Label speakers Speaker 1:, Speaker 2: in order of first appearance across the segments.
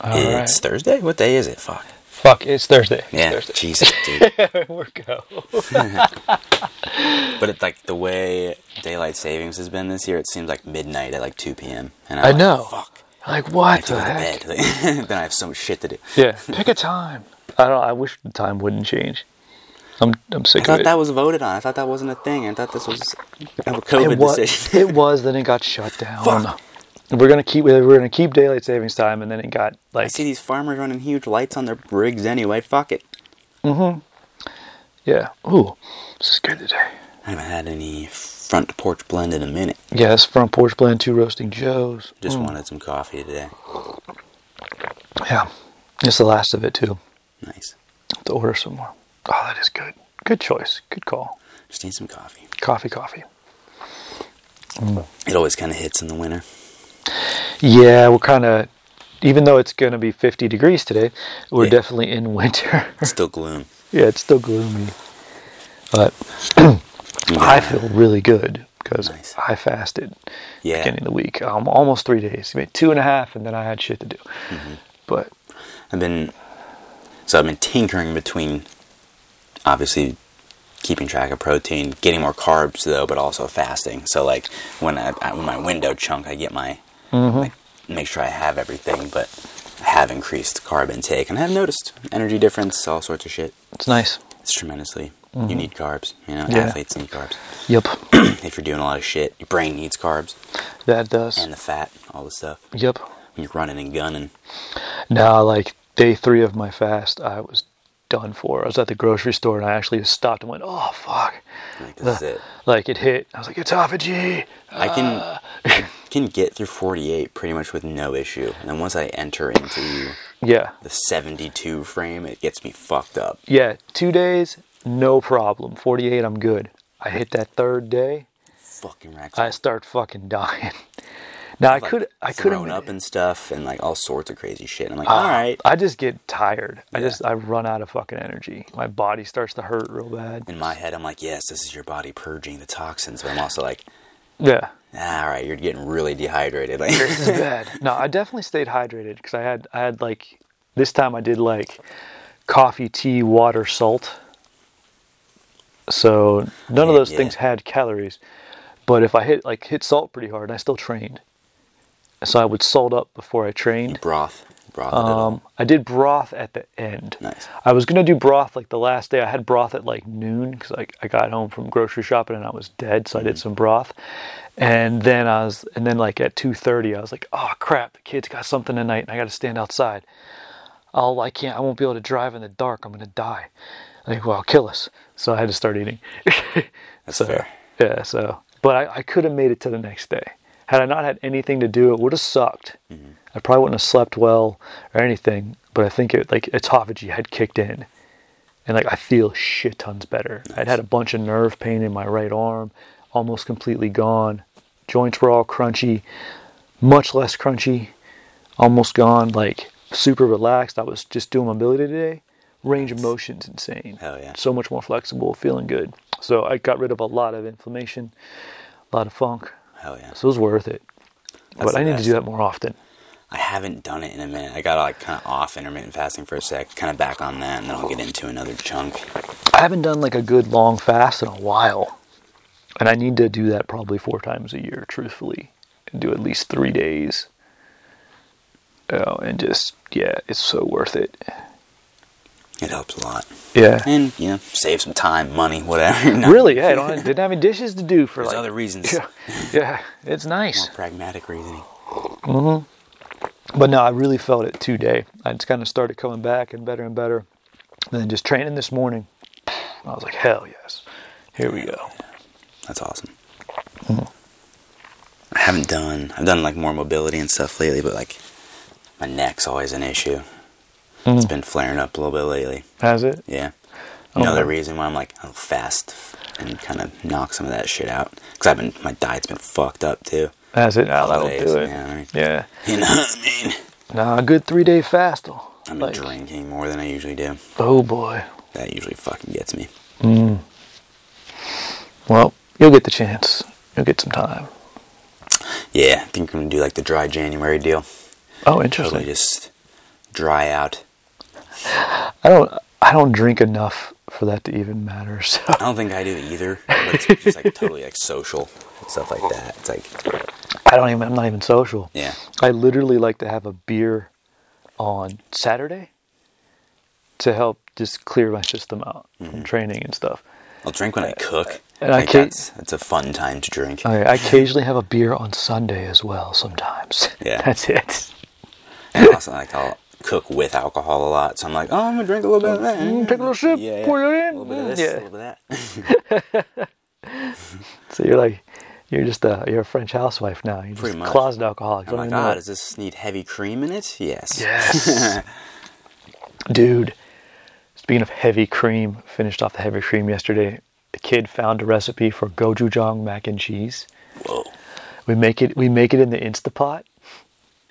Speaker 1: All
Speaker 2: it's
Speaker 1: right.
Speaker 2: Thursday? What day is it? Fuck.
Speaker 1: Fuck, it's Thursday. It's
Speaker 2: yeah.
Speaker 1: Thursday.
Speaker 2: Jesus, dude.
Speaker 1: We're go.
Speaker 2: but it's like the way daylight savings has been this year, it seems like midnight at like 2 p.m. And I'm
Speaker 1: I
Speaker 2: like,
Speaker 1: know.
Speaker 2: Fuck.
Speaker 1: Like,
Speaker 2: I
Speaker 1: what
Speaker 2: have to
Speaker 1: the
Speaker 2: go to
Speaker 1: heck?
Speaker 2: bed. Like, then I have so much shit to do.
Speaker 1: Yeah, pick a time. I don't. I wish the time wouldn't change. I'm I'm
Speaker 2: I
Speaker 1: sick of
Speaker 2: thought
Speaker 1: it.
Speaker 2: that was voted on. I thought that wasn't a thing. I thought this was a COVID
Speaker 1: it was.
Speaker 2: decision.
Speaker 1: it was. Then it got shut down.
Speaker 2: Fuck.
Speaker 1: We're gonna keep. We're gonna keep daylight savings time, and then it got
Speaker 2: I
Speaker 1: like.
Speaker 2: see these farmers running huge lights on their rigs anyway. Fuck it.
Speaker 1: Yeah. Ooh, this is good today.
Speaker 2: I haven't had any front porch blend in a minute.
Speaker 1: Yeah, it's front porch blend two roasting joes.
Speaker 2: Just wanted some coffee today.
Speaker 1: Mm, Yeah, it's the last of it too.
Speaker 2: Nice.
Speaker 1: Have to order some more. Oh, that is good. Good choice. Good call.
Speaker 2: Just need some coffee.
Speaker 1: Coffee, coffee.
Speaker 2: It always kind of hits in the winter.
Speaker 1: Yeah, we're kind of. Even though it's gonna be 50 degrees today, we're
Speaker 2: Yeah.
Speaker 1: definitely in winter.
Speaker 2: It's still gloom.
Speaker 1: yeah, it's still gloomy, but. I feel really good because
Speaker 2: Nice.
Speaker 1: I fasted
Speaker 2: Yeah.
Speaker 1: beginning of the week. Um, almost three days. I mean, two and a half, and then I had shit to do.
Speaker 2: Mm-hmm.
Speaker 1: But
Speaker 2: I've been so I've been tinkering between obviously keeping track of protein, getting more carbs though, but also fasting. So like when I, I when my window chunk, I get my like, make sure I have everything, but I have increased carb intake and I have noticed energy difference, all sorts of shit.
Speaker 1: it's nice.
Speaker 2: It's tremendously. You need carbs, you know.
Speaker 1: Yeah.
Speaker 2: Athletes need carbs.
Speaker 1: Yep,
Speaker 2: if you're doing a lot of shit, your brain needs carbs
Speaker 1: that does.
Speaker 2: and the fat, all the stuff.
Speaker 1: Yep.
Speaker 2: When you're running and gunning,
Speaker 1: Now, like day three of my fast, I was done for. I was at the grocery store and I actually stopped and went, "Oh fuck!"
Speaker 2: like this is it.
Speaker 1: Like it hit. I was like, "Autophagy."
Speaker 2: I can
Speaker 1: Uh.
Speaker 2: I can get through 48 pretty much with no issue. And then once I enter into
Speaker 1: Yeah,
Speaker 2: the 72 frame, it gets me fucked up.
Speaker 1: yeah. Two days, no problem. Forty-eight, I'm good. I hit that third day.
Speaker 2: Fucking racks.
Speaker 1: I start fucking dying. Now I
Speaker 2: like,
Speaker 1: could, I could
Speaker 2: thrown
Speaker 1: have
Speaker 2: up and stuff and like all sorts of crazy shit. I'm like,
Speaker 1: Uh,
Speaker 2: all right.
Speaker 1: I just get tired. I
Speaker 2: Yeah.
Speaker 1: just I run out of fucking energy. My body starts to hurt real bad.
Speaker 2: In my head, I'm like, yes, this is your body purging the toxins, but I'm also like,
Speaker 1: Yeah,
Speaker 2: ah, all right, you're getting really dehydrated. Like,
Speaker 1: this is bad. No, I definitely stayed hydrated because I had I had like this time I did like coffee, tea, water, salt. So none of
Speaker 2: Yeah,
Speaker 1: those
Speaker 2: yeah.
Speaker 1: things had calories, but if I hit like hit salt pretty hard, I still trained. So I would salt up before I trained.
Speaker 2: broth, broth. it
Speaker 1: Um,
Speaker 2: all.
Speaker 1: I did broth at the end.
Speaker 2: Nice.
Speaker 1: I was gonna do broth like the last day. I had broth at like noon because like I got home from grocery shopping and I was dead, so I
Speaker 2: Mm-hmm.
Speaker 1: did some broth. And then I was, and then like at two thirty, I was like, oh crap, the kids got something tonight, and I got to stand outside. I'll I can't I won't be able to drive in the dark. I'm gonna die. Like well, kill us. So I had to start eating.
Speaker 2: That's
Speaker 1: so
Speaker 2: fair.
Speaker 1: yeah, so but I, I could have made it to the next day. Had I not had anything to do, it would have sucked.
Speaker 2: Mm-hmm.
Speaker 1: I probably wouldn't have slept well or anything. But I think it like autophagy had kicked in, and like I feel shit tons better. I'd had a bunch of nerve pain in my right arm, almost completely gone. Joints were all crunchy, much less crunchy, almost gone. Like super relaxed. I was just doing mobility today. Range of motion's insane.
Speaker 2: Hell yeah.
Speaker 1: So much more flexible, feeling good. So I got rid of a lot of inflammation, a lot of funk.
Speaker 2: Hell yeah.
Speaker 1: So it was worth it. but
Speaker 2: the
Speaker 1: I need to
Speaker 2: best.
Speaker 1: do that more often.
Speaker 2: I haven't done it in a minute. I got like kind of off intermittent fasting for a sec, kind of back on that, and then I'll get into another chunk.
Speaker 1: I haven't done like a good long fast in a while. And I need to do that probably four times a year, truthfully, and do at least three days. Oh, and just, yeah, it's so worth it.
Speaker 2: It helps a lot.
Speaker 1: Yeah.
Speaker 2: and you know save some time, money, whatever. No,
Speaker 1: Really? Yeah, I don't, didn't have any dishes to do for
Speaker 2: there's
Speaker 1: like.
Speaker 2: other reasons,
Speaker 1: yeah, yeah, it's nice.
Speaker 2: pragmatic reasoning.
Speaker 1: But no, I really felt it today. I just kind of started coming back and better and better. And then just training this morning, I was like, hell yes. Here we go.
Speaker 2: That's awesome. I haven't done. I've done like more mobility and stuff lately, but like my neck's always an issue. It's been flaring up a little bit lately.
Speaker 1: Has it?
Speaker 2: Yeah.
Speaker 1: Mm. Oh,
Speaker 2: Another
Speaker 1: man.
Speaker 2: reason why I'm like I'll fast and kind of knock some of that shit out because I've been my diet's been fucked up too.
Speaker 1: Has it? Oh, that'll
Speaker 2: Holidays,
Speaker 1: do it.
Speaker 2: yeah, right.
Speaker 1: Yeah.
Speaker 2: You know what I mean?
Speaker 1: Nah, a good three day fast. though.
Speaker 2: I've been
Speaker 1: Like,
Speaker 2: drinking more than I usually do.
Speaker 1: Oh boy.
Speaker 2: That usually fucking gets me.
Speaker 1: Well, you'll get the chance. You'll get some time.
Speaker 2: Yeah, I think I'm gonna do like the dry January deal.
Speaker 1: Oh,
Speaker 2: Totally
Speaker 1: interesting.
Speaker 2: just dry out.
Speaker 1: I don't I don't drink enough for that to even matter. So
Speaker 2: I don't think I do either. But it's just like totally like social and stuff like that. It's like
Speaker 1: I don't even I'm not even social.
Speaker 2: yeah,
Speaker 1: I literally like to have a beer on Saturday to help just clear my system out
Speaker 2: Mm-hmm.
Speaker 1: from training and stuff.
Speaker 2: I'll drink when I cook.
Speaker 1: Uh, And I
Speaker 2: like
Speaker 1: can't-
Speaker 2: that's that's a fun time to drink.
Speaker 1: I, I occasionally have a beer on Sunday as well sometimes.
Speaker 2: Yeah.
Speaker 1: That's it.
Speaker 2: And also like I'll cook with alcohol a lot, so I'm like, oh, I'm gonna drink a little bit of that.
Speaker 1: Take Mm, a little sip,
Speaker 2: Yeah,
Speaker 1: pour it in.
Speaker 2: A little bit of this, a
Speaker 1: yeah.
Speaker 2: little bit of that.
Speaker 1: So you're like you're just a you're a French housewife now. You're
Speaker 2: Pretty
Speaker 1: just
Speaker 2: much.
Speaker 1: closet alcoholic.
Speaker 2: Oh my
Speaker 1: Don't even know
Speaker 2: god,
Speaker 1: it.
Speaker 2: does this need heavy cream in it? Yes.
Speaker 1: Yes. Dude, speaking of heavy cream, finished off the heavy cream yesterday. A kid found a recipe for gochujang mac and cheese.
Speaker 2: Whoa.
Speaker 1: We make it we make it in the Instapot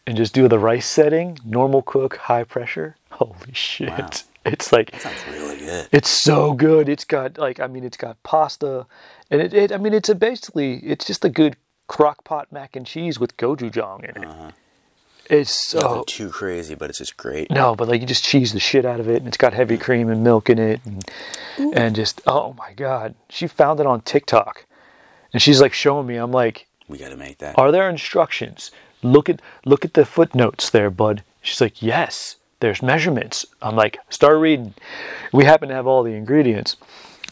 Speaker 1: and just do the rice setting, normal cook, high pressure. Holy shit.
Speaker 2: Wow.
Speaker 1: It's like
Speaker 2: Sounds really good.
Speaker 1: it's so good. It's got like I mean it's got pasta and it, it I mean it's a basically it's just a good crock pot mac and cheese with gochujang in it. It's
Speaker 2: Nothing
Speaker 1: so
Speaker 2: too crazy, but it's just great.
Speaker 1: no, but like you just cheese the shit out of it, and it's got heavy cream and milk in it, and and just oh my god, she found it on TikTok, and she's like showing me. I'm like,
Speaker 2: We gotta make that.
Speaker 1: are there instructions? Look at look at the footnotes there, bud. She's like, yes, there's measurements. I'm like, start reading. We happen to have all the ingredients,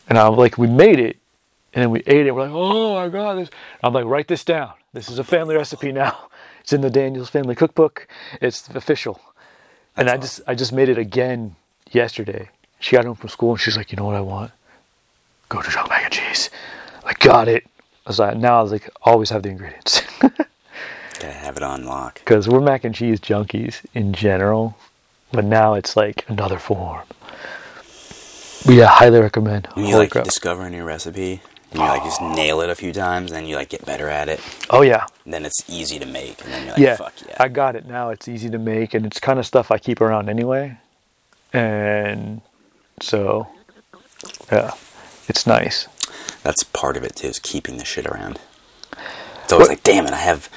Speaker 1: and I'm like, we made it, and then we ate it. We're like, oh my god, this. I'm like, write this down. This is a family recipe now. It's in the Daniels Family Cookbook. It's official. and I just I just made it again yesterday. She got home from school and she's like, you know what I want? Go to John Mac and Cheese. I got it. I was like, now I was like, always have the ingredients.
Speaker 2: Gotta have it on lock.
Speaker 1: because we're mac and cheese junkies in general, but now it's like another form. But yeah, highly recommend.
Speaker 2: When you
Speaker 1: Holy
Speaker 2: like
Speaker 1: crap.
Speaker 2: discover a new recipe, and you like just nail it a few times, then you like get better at it.
Speaker 1: oh yeah,
Speaker 2: And then it's easy to make, and then you're like,
Speaker 1: yeah,
Speaker 2: fuck yeah.
Speaker 1: I got it now. It's easy to make, and it's kind of stuff I keep around anyway, and so yeah, it's nice.
Speaker 2: That's part of it too, is keeping the shit around. It's always like, damn it, I have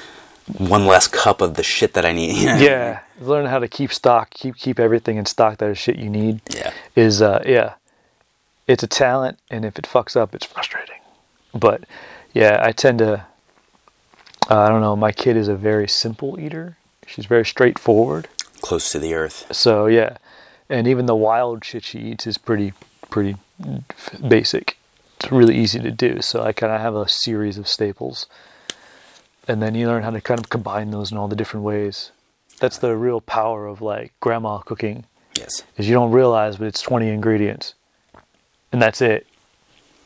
Speaker 2: one less cup of the shit that I need.
Speaker 1: yeah learn how to keep stock keep keep everything in stock that is shit you need
Speaker 2: Yeah.
Speaker 1: is uh yeah it's a talent and if it fucks up it's frustrating but yeah i tend to uh, i don't know my kid is a very simple eater she's very straightforward
Speaker 2: Close to the earth.
Speaker 1: so yeah and even the wild shit she eats is pretty pretty f- basic it's really easy to do so i kind of have a series of staples and then you learn how to kind of combine those in all the different ways that's the real power of like grandma cooking
Speaker 2: Yes.
Speaker 1: is you don't realize but it's 20 ingredients and that's it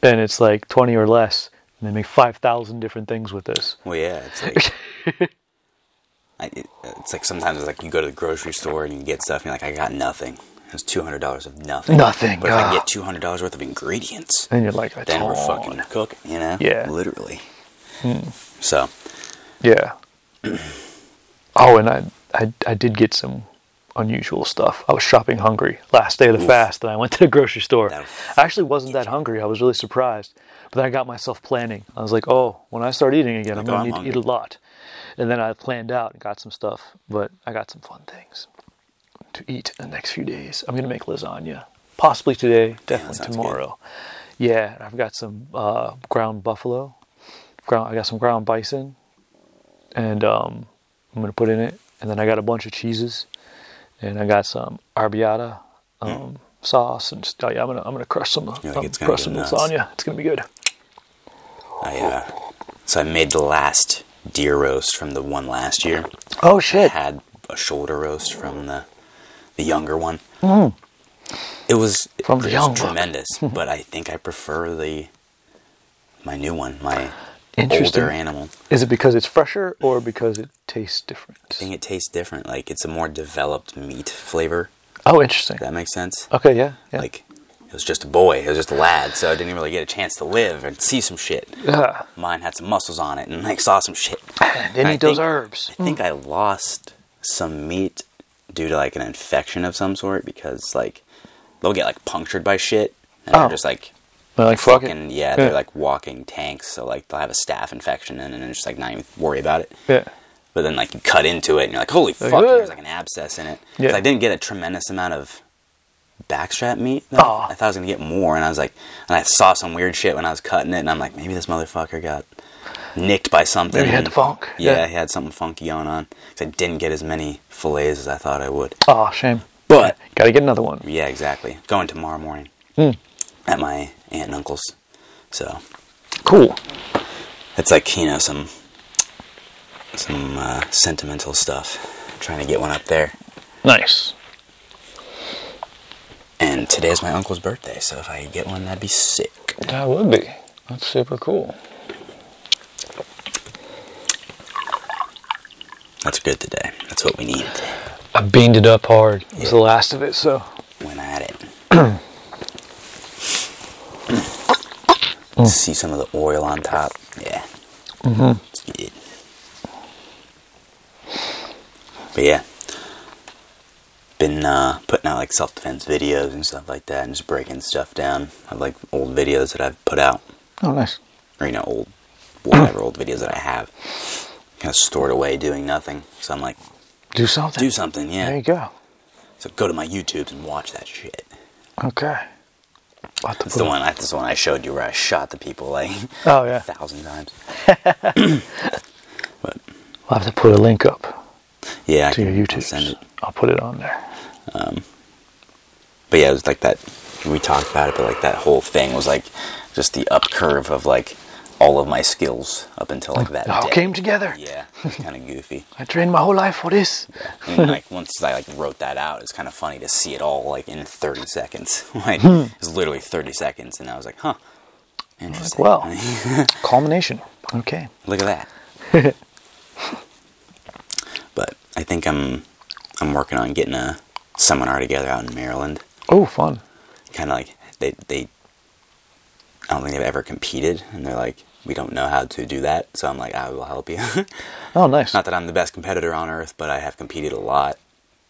Speaker 1: and it's like 20 or less and they make 5000 different things with this
Speaker 2: Well, yeah, it's like. I, it- it's like sometimes it's like you go to the grocery store and you get stuff and you're like, I got nothing. It's two hundred dollars of nothing.
Speaker 1: Nothing,
Speaker 2: But if I
Speaker 1: ah.
Speaker 2: get two hundred dollars worth of ingredients,
Speaker 1: and you're like that's
Speaker 2: then we're
Speaker 1: all.
Speaker 2: fucking cooking. You know?
Speaker 1: Yeah. Hmm.
Speaker 2: Literally. So
Speaker 1: Yeah. oh, and I, I I did get some unusual stuff. I was shopping hungry last day of the fast, and I went to the grocery store.
Speaker 2: That'll-
Speaker 1: I actually wasn't that hungry. I was really surprised, but then I got myself planning. I was like, oh, when I start eating again, I'm
Speaker 2: oh,
Speaker 1: gonna
Speaker 2: I'm
Speaker 1: need to eat
Speaker 2: hungry.
Speaker 1: a lot. And then I planned out and got some stuff, but I got some fun things to eat in the next few days. I'm gonna make lasagna, possibly today, definitely
Speaker 2: sounds good.
Speaker 1: tomorrow. Yeah, and I've got some uh, ground buffalo. Ground, I got some ground bison and um, I'm gonna put in it. And then I got a bunch of cheeses, and I got some arrabbiata um, sauce, and just, oh, yeah, I'm gonna I'm gonna crush some
Speaker 2: Yeah,
Speaker 1: um,
Speaker 2: Hmm. it's gonna
Speaker 1: crush
Speaker 2: go
Speaker 1: some
Speaker 2: nuts.
Speaker 1: lasagna. It's gonna be good.
Speaker 2: I uh, so I made the last deer roast from the one last year.
Speaker 1: Oh shit!
Speaker 2: Had a shoulder roast from the the younger one. It was
Speaker 1: Hmm. From
Speaker 2: it
Speaker 1: the
Speaker 2: was
Speaker 1: young one.
Speaker 2: tremendous, but I think I prefer the my new one, my
Speaker 1: Interesting.
Speaker 2: older animal.
Speaker 1: Is it because it's fresher or because it tastes different?
Speaker 2: think it tastes different. Like it's a more developed meat flavor.
Speaker 1: Oh, interesting.
Speaker 2: If that makes sense.
Speaker 1: Okay, yeah, yeah.
Speaker 2: Like it was just a boy. It was just a lad, so I didn't really get a chance to live and see some shit.
Speaker 1: yeah.
Speaker 2: Mine had some muscles on it, and I saw some shit.
Speaker 1: And then
Speaker 2: I
Speaker 1: eat those
Speaker 2: think-
Speaker 1: herbs.
Speaker 2: I think I lost some meat due to like an infection of some sort because like they'll get like punctured by shit, and
Speaker 1: Oh.
Speaker 2: they're just like
Speaker 1: They're like fuck it.
Speaker 2: fucking yeah, they're like walking tanks. So like they'll have a staph infection and and just like not even worry about it.
Speaker 1: yeah.
Speaker 2: But then like you cut into it and you're like, holy
Speaker 1: Like, "Ugh."
Speaker 2: fuck, there's like an abscess in it. 'Cause
Speaker 1: Yeah.
Speaker 2: I didn't get a tremendous amount of backstrap meat. though.
Speaker 1: Aw.
Speaker 2: I thought I was gonna get more, and I was like, and I saw some weird shit when I was cutting it, and I'm like, maybe this motherfucker got nicked by something.
Speaker 1: Maybe he had the funk.
Speaker 2: Yeah,
Speaker 1: Yeah.
Speaker 2: he had something funky going on. 'Cause I didn't get as many fillets as I thought I would.
Speaker 1: Oh, shame.
Speaker 2: But
Speaker 1: Gotta get another one.
Speaker 2: yeah, exactly. Going tomorrow morning
Speaker 1: Hmm.
Speaker 2: at my aunt and uncle's. So
Speaker 1: Cool.
Speaker 2: it's like you know some some uh, sentimental stuff. trying to get one up there.
Speaker 1: Nice.
Speaker 2: And today's my uncle's birthday, so if I could get one, that'd be sick.
Speaker 1: That would be. That's super cool.
Speaker 2: That's good today. That's what we needed
Speaker 1: I beaned it up hard. It was the last of it, so.
Speaker 2: when at it. See some of the oil on top. Yeah. Mm-hmm. It's good. But yeah. Been uh, putting out like self defense videos and stuff like that and just breaking stuff down of like old videos that I've put out.
Speaker 1: Oh, nice.
Speaker 2: or you know old whatever old videos that I have kind of stored away doing nothing. So I'm like,
Speaker 1: Do something.
Speaker 2: do something, yeah.
Speaker 1: There you go.
Speaker 2: So go to my YouTube and watch that shit.
Speaker 1: Okay. I'll have to
Speaker 2: It's
Speaker 1: put
Speaker 2: the
Speaker 1: it-
Speaker 2: one that's the one I showed you where I shot the people like
Speaker 1: Oh,
Speaker 2: a
Speaker 1: yeah.
Speaker 2: thousand times.
Speaker 1: I'll have to put a link up
Speaker 2: Yeah, I
Speaker 1: to your
Speaker 2: can- I'll
Speaker 1: YouTube.
Speaker 2: Send it.
Speaker 1: I'll put it on there.
Speaker 2: But yeah, it was like that. We talked about it, but like that whole thing was like just the up curve of like all of my skills up until like that
Speaker 1: It all
Speaker 2: day.
Speaker 1: Oh, came together.
Speaker 2: Yeah, it's kind of goofy.
Speaker 1: I trained my whole life for this.
Speaker 2: and like once I like wrote that out, it's kind of funny to see it all like in 30 seconds. like it's literally 30 seconds, and I was like, huh, interesting.
Speaker 1: Well, culmination. Okay.
Speaker 2: look at that. but I think I'm I'm working on getting a seminar together out in Maryland.
Speaker 1: Oh, fun.
Speaker 2: Kind of like they they I don't think they've ever competed, and they're like. We don't know how to do that, so I'm like, I will help you.
Speaker 1: Oh, nice.
Speaker 2: Not that I'm the best competitor on earth, but I have competed a lot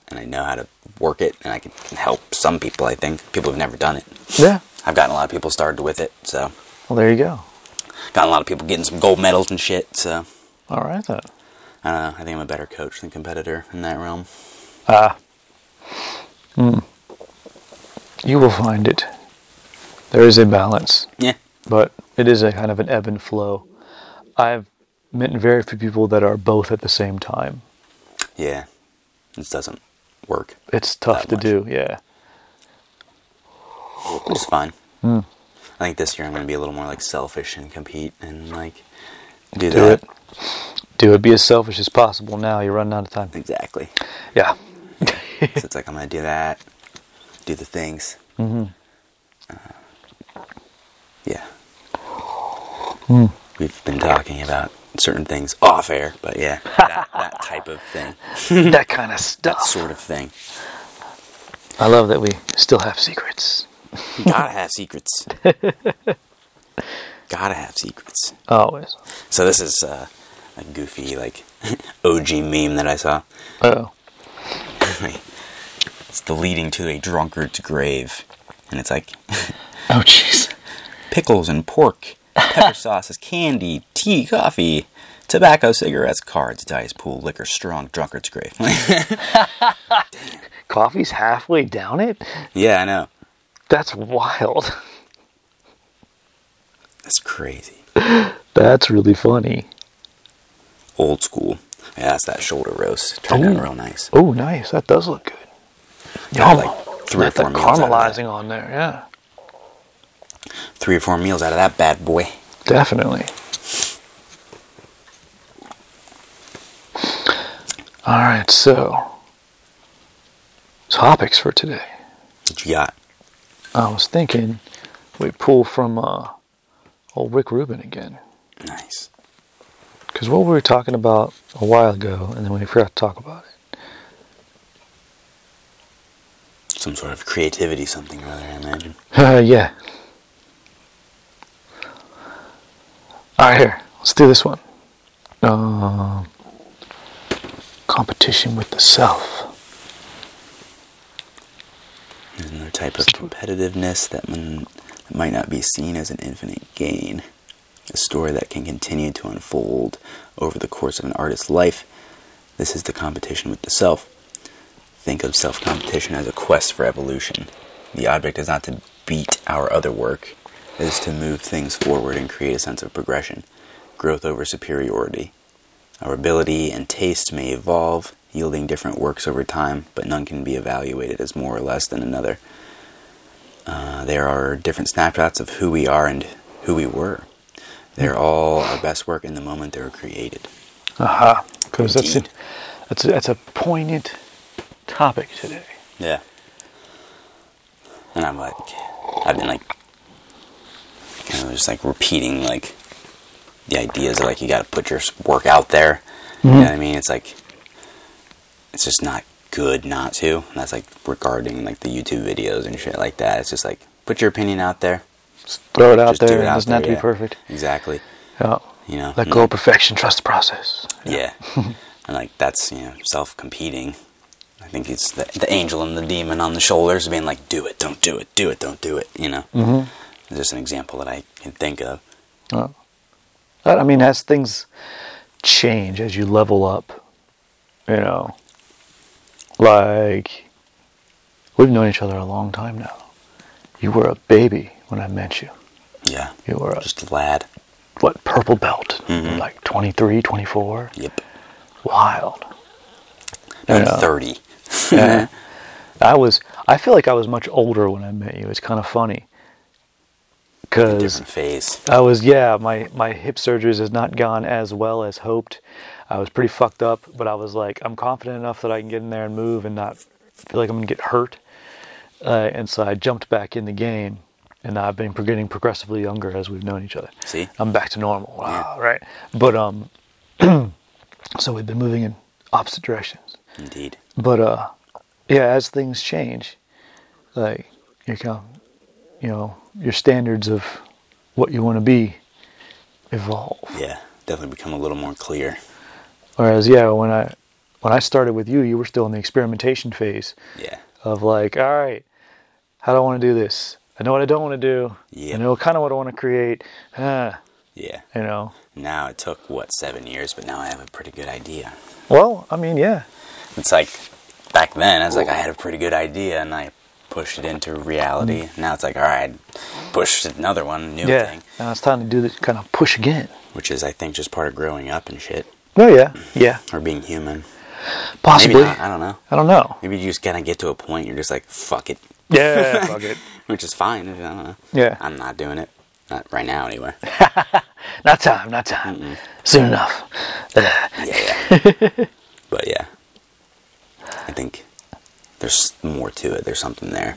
Speaker 2: and I know how to work it and I can can help some people, I think. People who've never done it.
Speaker 1: yeah.
Speaker 2: I've gotten a lot of people started with it, so.
Speaker 1: Well, there you go.
Speaker 2: Gotten a lot of people getting some gold medals and shit, so.
Speaker 1: All right then.
Speaker 2: I don't know. I think I'm a better coach than competitor in that realm.
Speaker 1: Ah. Hmm. You will find it. There is a balance,
Speaker 2: Yeah.
Speaker 1: but it is a kind of an ebb and flow. I've met very few people that are both at the same time.
Speaker 2: Yeah. This doesn't work.
Speaker 1: It's tough
Speaker 2: That
Speaker 1: to do.
Speaker 2: much.
Speaker 1: Yeah.
Speaker 2: It's fine. I think this year I'm going to be a little more like selfish and compete and like
Speaker 1: Do
Speaker 2: do, that.
Speaker 1: it. Do it. Be as selfish as possible. Now you're running out of time.
Speaker 2: Exactly.
Speaker 1: Yeah.
Speaker 2: So it's like I'm gonna do that, do the things. Mm-hmm. yeah. We've been talking about certain things off air, but yeah, that, that type of thing,
Speaker 1: that kind of
Speaker 2: that
Speaker 1: stuff.
Speaker 2: sort of thing.
Speaker 1: I love that we still have secrets.
Speaker 2: You gotta have secrets. gotta have secrets.
Speaker 1: Always.
Speaker 2: So this is uh, a goofy like OG meme that I saw.
Speaker 1: Oh.
Speaker 2: it's the leading to a drunkard's grave, and it's like.
Speaker 1: Oh, jeez.
Speaker 2: pickles and pork, pepper sauces, candy, tea, coffee, tobacco, cigarettes, cards, dice, pool, liquor, strong, drunkard's grave.
Speaker 1: Coffee's halfway down it?
Speaker 2: yeah, I know.
Speaker 1: That's wild.
Speaker 2: That's crazy.
Speaker 1: That's really funny.
Speaker 2: Old school. Yeah, that's that shoulder roast. Turned
Speaker 1: Ooh.
Speaker 2: out real nice.
Speaker 1: Oh, nice. That does look good.
Speaker 2: Got,
Speaker 1: Yum.
Speaker 2: like three or
Speaker 1: Got
Speaker 2: four
Speaker 1: that
Speaker 2: meals out of that.
Speaker 1: caramelizing on there, yeah.
Speaker 2: Three or four meals out of that bad boy.
Speaker 1: Definitely. All right, so topics for today.
Speaker 2: What you got?
Speaker 1: I was thinking we pull from uh, old Rick Rubin again.
Speaker 2: Nice.
Speaker 1: Because what we were talking about a while ago, and then we forgot to talk about it.
Speaker 2: Some sort of creativity, something or other, I imagine.
Speaker 1: Uh, yeah. All right, here. Let's do this one. Um, competition with the self.
Speaker 2: There's another type of competitiveness that, m- that might not be seen as an infinite gain. A story that can continue to unfold over the course of an artist's life, This is the competition with the self. Think of self competition as a quest for evolution. The object is not to beat our other work, it is to move things forward and create a sense of progression, growth over superiority. Our ability and taste may evolve, yielding different works over time, but none can be evaluated as more or less than another. Uh, there are different snapshots of who we are and who we were. They're all our best work in the moment they were created.
Speaker 1: Aha. Because Uh-huh. that's, a-
Speaker 2: Indeed.
Speaker 1: that's, a- that's a poignant topic today.
Speaker 2: Yeah. And I'm like, I've been like, kind of just like repeating like the ideas of like you got to put your s- work out there.
Speaker 1: Mm-hmm.
Speaker 2: You know what I mean? It's like, it's just not good not to. And that's like regarding like the YouTube videos and shit like that. It's just like, put your opinion out there.
Speaker 1: Throw it out
Speaker 2: Just do
Speaker 1: there.
Speaker 2: it
Speaker 1: It
Speaker 2: out
Speaker 1: doesn't
Speaker 2: there,
Speaker 1: have to
Speaker 2: yeah. Mm-hmm.
Speaker 1: be perfect.
Speaker 2: Exactly.
Speaker 1: Yeah.
Speaker 2: You know?
Speaker 1: Let
Speaker 2: and-
Speaker 1: go of perfection. Trust the process.
Speaker 2: Yeah. and like that's, you know, self competing. I think it's the, the angel and the demon on the shoulders being like, do it, don't do it, do it, don't do it, you know?
Speaker 1: Mm-hmm.
Speaker 2: It's just an example that I can think of.
Speaker 1: Uh, I mean, as things change, as you level up, you know, like we've known each other a long time now. You were a baby when I met you.
Speaker 2: Yeah.
Speaker 1: You were a
Speaker 2: Just lad.
Speaker 1: what purple belt,
Speaker 2: Mhm.
Speaker 1: like 23, 24,
Speaker 2: Yep.
Speaker 1: wild.
Speaker 2: No,
Speaker 1: Yeah.
Speaker 2: 30.
Speaker 1: Yeah. I was. I feel like I was much older when I met you. It's kind of funny because
Speaker 2: Different phase.
Speaker 1: I was yeah, my my hip surgeries has not gone as well as hoped. I was pretty fucked up, but I was like, I'm confident enough that I can get in there and move and not feel like I'm gonna get hurt. Uh, and so I jumped back in the game, and I've been getting progressively younger as we've known each other.
Speaker 2: See?
Speaker 1: I'm back to normal. Wow, right? But um, so we've been moving in opposite directions.
Speaker 2: Indeed.
Speaker 1: But uh, yeah, as things change, like you come, you know, your standards of what you want to be evolve.
Speaker 2: Yeah. Definitely become a little more clear.
Speaker 1: Whereas yeah, when I when I started with you, you were still in the experimentation phase
Speaker 2: Yeah.
Speaker 1: of like, all right, how do I want to do this? I know what I don't want to do.
Speaker 2: Yeah.
Speaker 1: I know kind of what I want to create. Uh,
Speaker 2: Yeah.
Speaker 1: you know.
Speaker 2: Now it took, what, seven years, but now I have a pretty good idea.
Speaker 1: Well, I mean, yeah.
Speaker 2: It's like back then, I was like, I had a pretty good idea and I pushed it into reality. Now it's like, all right, pushed another one, new
Speaker 1: Mm-hmm. yeah.
Speaker 2: thing,
Speaker 1: Now it's time to do this kind of push again.
Speaker 2: which is, I think, just part of growing up and shit
Speaker 1: No, yeah. Yeah.
Speaker 2: or being human.
Speaker 1: Possibly.
Speaker 2: Maybe not, I don't know.
Speaker 1: I don't know.
Speaker 2: Maybe you just kind of get to a point you're just like, fuck it,
Speaker 1: Yeah. fuck it.
Speaker 2: which is fine. I don't know.
Speaker 1: Yeah.
Speaker 2: I'm not doing it. Not right now, anyway.
Speaker 1: Not time, not time. Soon enough.
Speaker 2: yeah, yeah. but yeah, I think there's more to it. There's something there.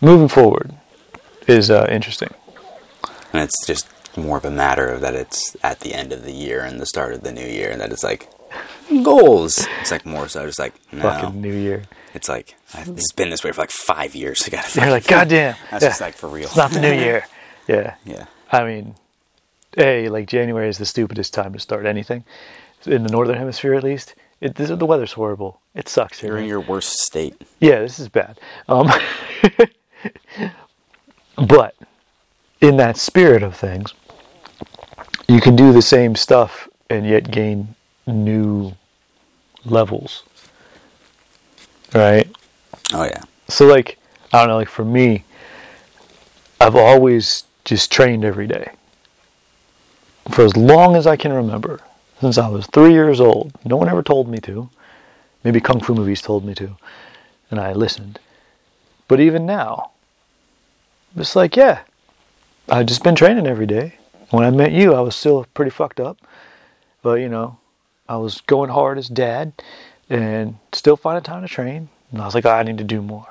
Speaker 1: Moving forward is uh, interesting.
Speaker 2: And it's just more of a matter of that it's at the end of the year and the start of the new year, and that it's like goals. It's like more so just like
Speaker 1: Fucking
Speaker 2: no.
Speaker 1: New Year.
Speaker 2: It's like I- it's been this way for like five years. I gotta.
Speaker 1: They're
Speaker 2: fucking-
Speaker 1: like, goddamn.
Speaker 2: That's
Speaker 1: yeah,
Speaker 2: just like for real.
Speaker 1: it's not the New Year. Yeah.
Speaker 2: yeah.
Speaker 1: I mean, hey, like January is the stupidest time to start anything, in the northern hemisphere at least. It, this, the weather's horrible. It sucks here.
Speaker 2: You're in your worst state.
Speaker 1: Yeah, this is bad. Um, but in that spirit of things, you can do the same stuff and yet gain new levels. Right?
Speaker 2: Oh yeah.
Speaker 1: So, like, I don't know, like for me, I've always just trained every day. For as long as I can remember, since I was three years old, no one ever told me to. Maybe Kung Fu movies told me to, and I listened. But even now, it's like, yeah, I've just been training every day. When I met you, I was still pretty fucked up. But, you know, I was going hard as dad and still finding time to train. And I was like, "Ah, I need to do more.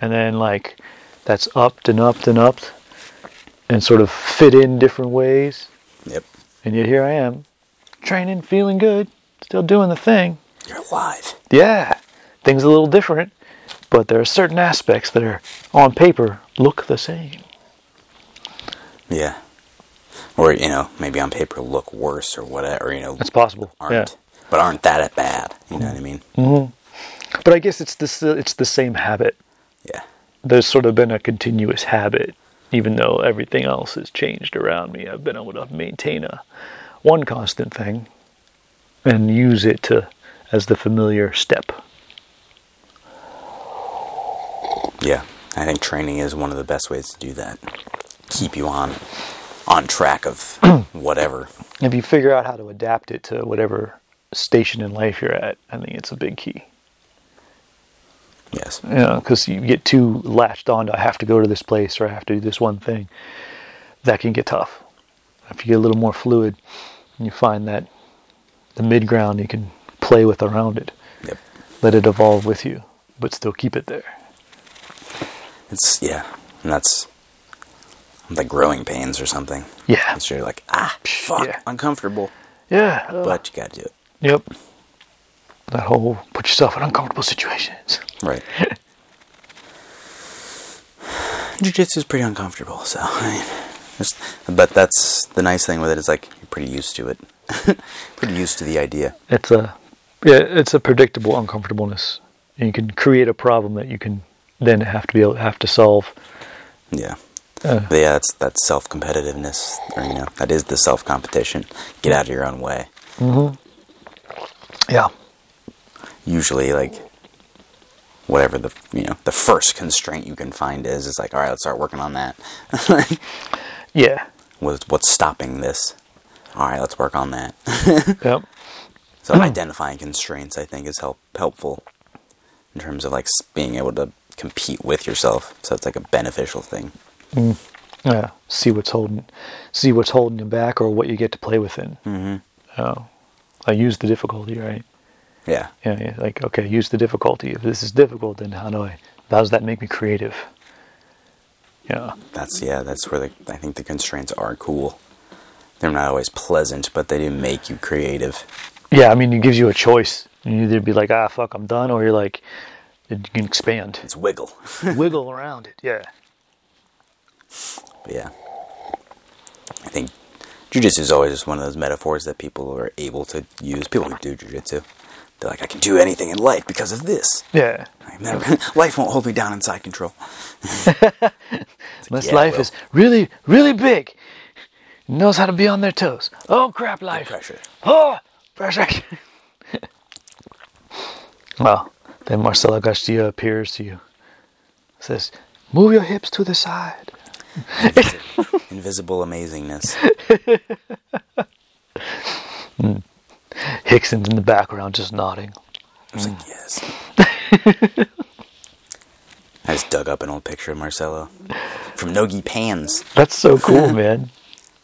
Speaker 1: And then, like, that's upped and upped and upped and sort of fit in different ways.
Speaker 2: Yep.
Speaker 1: And yet here I am, training, feeling good, still doing the thing.
Speaker 2: You're alive.
Speaker 1: Yeah, things a little different, but there are certain aspects that are on paper look the same.
Speaker 2: Yeah. Or you know maybe on paper look worse or whatever. Or, you know
Speaker 1: That's Mm-hmm. possible.
Speaker 2: aren't but aren't that bad. You know what I mean?
Speaker 1: Yeah. But I guess it's the, it's the same habit.
Speaker 2: Yeah.
Speaker 1: there's sort of been a continuous habit, even though everything else has changed around me. I've been able to maintain a one constant thing, and use it to as the familiar step.
Speaker 2: Yeah, I think training is one of the best ways to do that. Keep you on on track of whatever.
Speaker 1: If you figure out how to adapt it to whatever station in life you're at, I think it's a big key.
Speaker 2: Yes.
Speaker 1: You know, because you get too latched on to I have to go to this place or I have to do this one thing. That can get tough. If you get a little more fluid, and you find that the mid ground you can play with around it.
Speaker 2: Yep.
Speaker 1: Let it evolve with you, but still keep it there.
Speaker 2: It's yeah, and that's like growing pains or something.
Speaker 1: Yeah.
Speaker 2: It's you're like ah fuck
Speaker 1: yeah.
Speaker 2: uncomfortable,
Speaker 1: Yeah.
Speaker 2: but you got to do it.
Speaker 1: Yep. That whole put yourself in uncomfortable situations.
Speaker 2: Right. Jiu-jitsu is pretty uncomfortable, so I mean, just, but that's the nice thing with it is like you're pretty used to it, pretty used to the idea.
Speaker 1: It's a yeah, it's a predictable uncomfortableness. And you can create a problem that you can then have to be able have to solve.
Speaker 2: Yeah,
Speaker 1: Uh,
Speaker 2: but yeah, that's that's self-competitiveness, or you know, that is the self-competition. Get out of your own way.
Speaker 1: yeah.
Speaker 2: Usually, like whatever the you know the first constraint you can find is is like all right, let's start working on that.
Speaker 1: Yeah.
Speaker 2: what's what's stopping this? All right, let's work on that.
Speaker 1: Yep.
Speaker 2: So identifying constraints, I think, is help helpful in terms of like s- being able to compete with yourself. So it's like a beneficial thing.
Speaker 1: Yeah. See what's holding see what's holding you back or what you get to play within. Mm-hmm. Oh. I use the difficulty, right?
Speaker 2: Yeah,
Speaker 1: Yeah, yeah, like okay, use the difficulty. If this is difficult, then how do I? How does that make me creative? Yeah,
Speaker 2: that's yeah, that's where the I think the constraints are cool. They're not always pleasant, but they do make you creative.
Speaker 1: yeah. I mean, it gives you a choice. You either be like, ah, fuck, I'm done, or you're like, you can expand,
Speaker 2: It's wiggle,
Speaker 1: wiggle around it. Yeah,
Speaker 2: but yeah. I think jujitsu is always just one of those metaphors that people are able to use. People who do jujitsu, they're like, I can do anything in life because of this.
Speaker 1: yeah.
Speaker 2: I'm never, life won't hold me down inside control.
Speaker 1: Unless
Speaker 2: yeah,
Speaker 1: life
Speaker 2: well.
Speaker 1: is really, really big, It knows how to be on their toes. Oh crap, life.
Speaker 2: Pressure.
Speaker 1: Oh, pressure. well, then Marcelo Castillo appears to you, says, "Move your hips to the side."
Speaker 2: Invisible amazingness.
Speaker 1: Hickson's in the background just nodding.
Speaker 2: I was like, yes. Mm. I just dug up an old picture of Marcelo from Nogi Pans.
Speaker 1: That's so cool, man.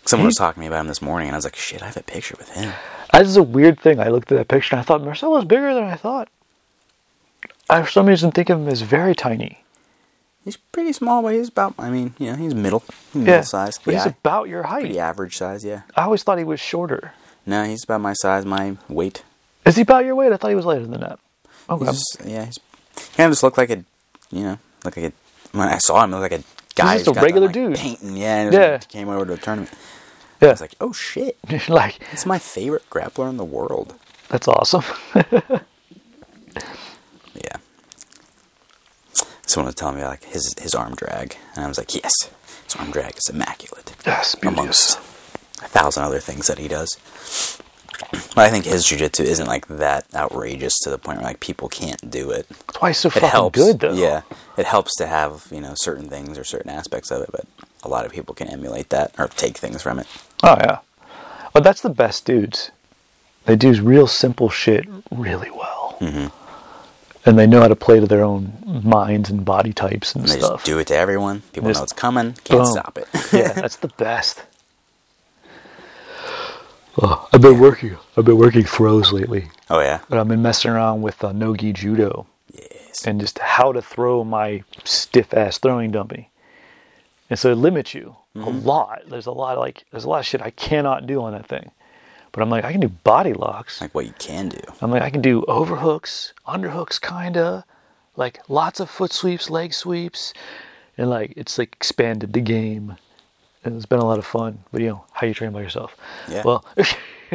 Speaker 2: Someone was talking to me about him this morning, and I was like, shit, I have a picture with him.
Speaker 1: That is a weird thing. I looked at that picture and I thought Marcelo's bigger than I thought. I for some reason think of him as very tiny.
Speaker 2: He's pretty small, but he's about, I mean, you know, he's middle, middle
Speaker 1: Yeah.
Speaker 2: size.
Speaker 1: But he's
Speaker 2: Yeah,
Speaker 1: about your height.
Speaker 2: pretty average size, yeah.
Speaker 1: I always thought he was shorter.
Speaker 2: No, he's about my size, my weight.
Speaker 1: Is he about your weight? I thought he was lighter than that. Okay.
Speaker 2: He's just, yeah, he's, he kind of just looked like a, you know, looked like a, when I saw him, he looked like a guy
Speaker 1: just
Speaker 2: who's
Speaker 1: a
Speaker 2: got done,
Speaker 1: regular
Speaker 2: like,
Speaker 1: dude.
Speaker 2: painting, yeah, and it was,
Speaker 1: Yeah.
Speaker 2: like, came over to a tournament.
Speaker 1: yeah.
Speaker 2: I was like, oh shit,
Speaker 1: like,
Speaker 2: it's my favorite grappler in the world.
Speaker 1: that's awesome.
Speaker 2: Yeah. Someone was telling me like his his arm drag, and I was like, yes, his arm drag is immaculate.
Speaker 1: That's beautiful.
Speaker 2: Amongst a thousand other things that he does, but I think his jujitsu isn't like that outrageous to the point where like people can't do it.
Speaker 1: Twice so
Speaker 2: It
Speaker 1: fucking
Speaker 2: helps,
Speaker 1: good though.
Speaker 2: yeah. It helps to have you know certain things or certain aspects of it, but a lot of people can emulate that or take things from it.
Speaker 1: Oh yeah. Well, that's the best dudes. They do real simple shit really well,
Speaker 2: Mm-hmm.
Speaker 1: and they know how to play to their own minds and body types and
Speaker 2: And they
Speaker 1: stuff.
Speaker 2: just do it to everyone. People
Speaker 1: Just
Speaker 2: know it's coming. Can't
Speaker 1: boom.
Speaker 2: stop it.
Speaker 1: yeah, that's the best. Oh, I've been working. I've been working throws lately,
Speaker 2: oh yeah.
Speaker 1: but I've been messing around with uh, nogi judo
Speaker 2: Yes.
Speaker 1: and just how to throw my stiff ass throwing dummy. And so it limits you a
Speaker 2: Mm-hmm.
Speaker 1: lot. There's a lot of, like there's a lot of shit I cannot do on that thing. But I'm like I can do body locks.
Speaker 2: Like what you can do.
Speaker 1: I'm like I can do overhooks, underhooks kinda, like lots of foot sweeps, leg sweeps, and like it's like expanded the game. And it's been a lot of fun. But you know, how you train by yourself.
Speaker 2: Yeah.
Speaker 1: Well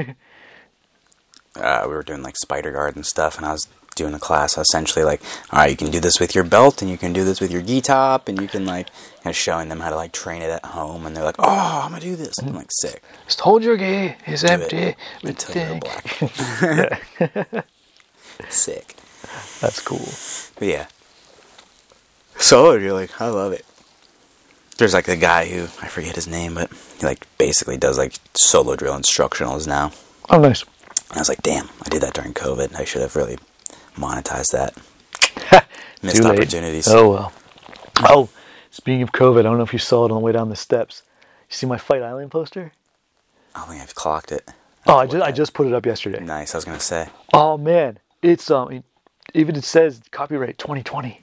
Speaker 2: uh, we were doing like spider guard and stuff, and I was doing a class essentially like, all right, you can do this with your belt and you can do this with your gi top and you can like kind of showing them how to like train it at home and they're like, oh, I'm gonna do this. I'm like sick.
Speaker 1: Just hold your gi. It's
Speaker 2: Do it
Speaker 1: empty. We
Speaker 2: until you're
Speaker 1: think.
Speaker 2: black. sick.
Speaker 1: That's cool.
Speaker 2: But yeah. Solid, you're like, I love it. There's like the guy who I forget his name, but he like basically does like solo drill instructionals now.
Speaker 1: Oh, nice.
Speaker 2: And I was like, damn, I did that during COVID. I should have really monetized that. Missed
Speaker 1: Too late.
Speaker 2: opportunities.
Speaker 1: Oh well. Oh, speaking of COVID, I don't know if you saw it on the way down the steps. You see my Fight Island poster?
Speaker 2: I don't think I've clocked it.
Speaker 1: Oh, I just, I just put it up yesterday.
Speaker 2: Nice, I was gonna say.
Speaker 1: Oh man, it's um, it- even it says copyright 2020.